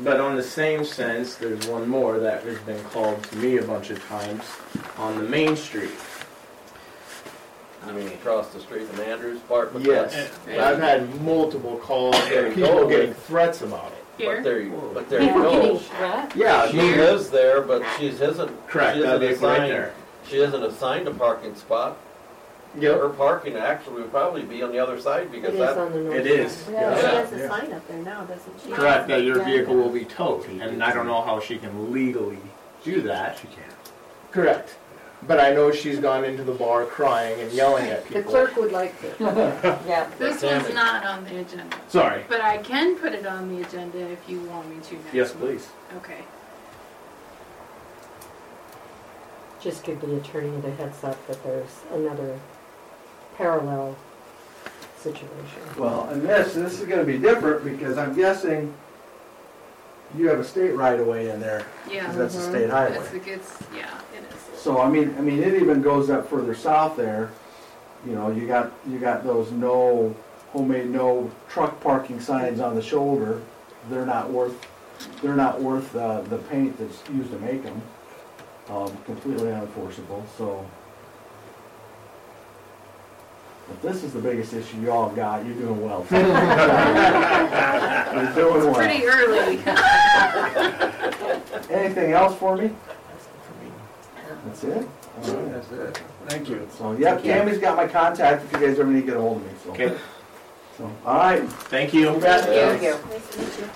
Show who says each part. Speaker 1: But on the same sense, there's one more that has been called to me a bunch of times on the main street.
Speaker 2: I mean, across the street from Andrew's apartment.
Speaker 1: Yes,
Speaker 3: Right.
Speaker 1: I've had multiple calls
Speaker 2: There
Speaker 1: from
Speaker 2: you
Speaker 1: people
Speaker 2: go.
Speaker 1: getting threats about it.
Speaker 2: But
Speaker 3: Here.
Speaker 2: there, you- but there you
Speaker 4: People
Speaker 2: go.
Speaker 4: getting
Speaker 2: Uh,
Speaker 4: shot?
Speaker 1: Yeah,
Speaker 2: She
Speaker 1: here.
Speaker 2: lives there, but she isn't.
Speaker 1: Correct,
Speaker 2: She
Speaker 1: that
Speaker 2: isn't
Speaker 1: vehicle right
Speaker 2: assigned,
Speaker 1: there.
Speaker 2: she isn't assigned a parking spot. Her
Speaker 1: Yep,
Speaker 2: parking actually would probably be on the other side
Speaker 4: It
Speaker 2: because
Speaker 4: is
Speaker 2: that,
Speaker 4: on the north.
Speaker 1: it is.
Speaker 4: side.
Speaker 5: Yeah, she
Speaker 2: Yeah.
Speaker 5: has a
Speaker 1: Yeah.
Speaker 5: sign up there now, doesn't she?
Speaker 1: Correct, that your
Speaker 5: Yeah.
Speaker 1: vehicle will be towed, and I don't know how she can legally do that.
Speaker 6: She can't.
Speaker 1: Correct. But I know she's gone into the bar crying and yelling at
Speaker 4: The
Speaker 1: people.
Speaker 4: clerk would like to.
Speaker 5: Yeah.
Speaker 3: This
Speaker 2: Damn
Speaker 3: one's
Speaker 2: it.
Speaker 3: not on the agenda,
Speaker 1: Sorry.
Speaker 3: but I can put it on the agenda if you want me to next
Speaker 1: Yes,
Speaker 3: week.
Speaker 1: please.
Speaker 3: Okay.
Speaker 4: Just give the attorney the heads up that there's another parallel situation.
Speaker 6: Well, and this, this is gonna be different because I'm guessing you have a state right of way in there,
Speaker 3: Yeah.
Speaker 6: because that's a
Speaker 4: Mhm.
Speaker 6: state
Speaker 3: That's,
Speaker 6: highway.
Speaker 3: it's, yeah, it is.
Speaker 6: So, I mean, I mean, it even goes up further south there, you know, you got, you got those no, homemade no truck parking signs on the shoulder. They're not worth, they're not worth, uh, the paint that's used to make them, um, completely unenforceable, so. If this is the biggest issue y'all have got, you're doing well. You're doing well.
Speaker 3: It's pretty early.
Speaker 6: Anything else for me? That's it? All right.
Speaker 2: that's it.
Speaker 6: Thank you. So, yeah, Tammy's got my contact if you guys ever need to get a hold of me, so.
Speaker 1: Okay,
Speaker 6: So, all right.
Speaker 1: thank you.
Speaker 4: Thank you.
Speaker 5: Nice to meet you.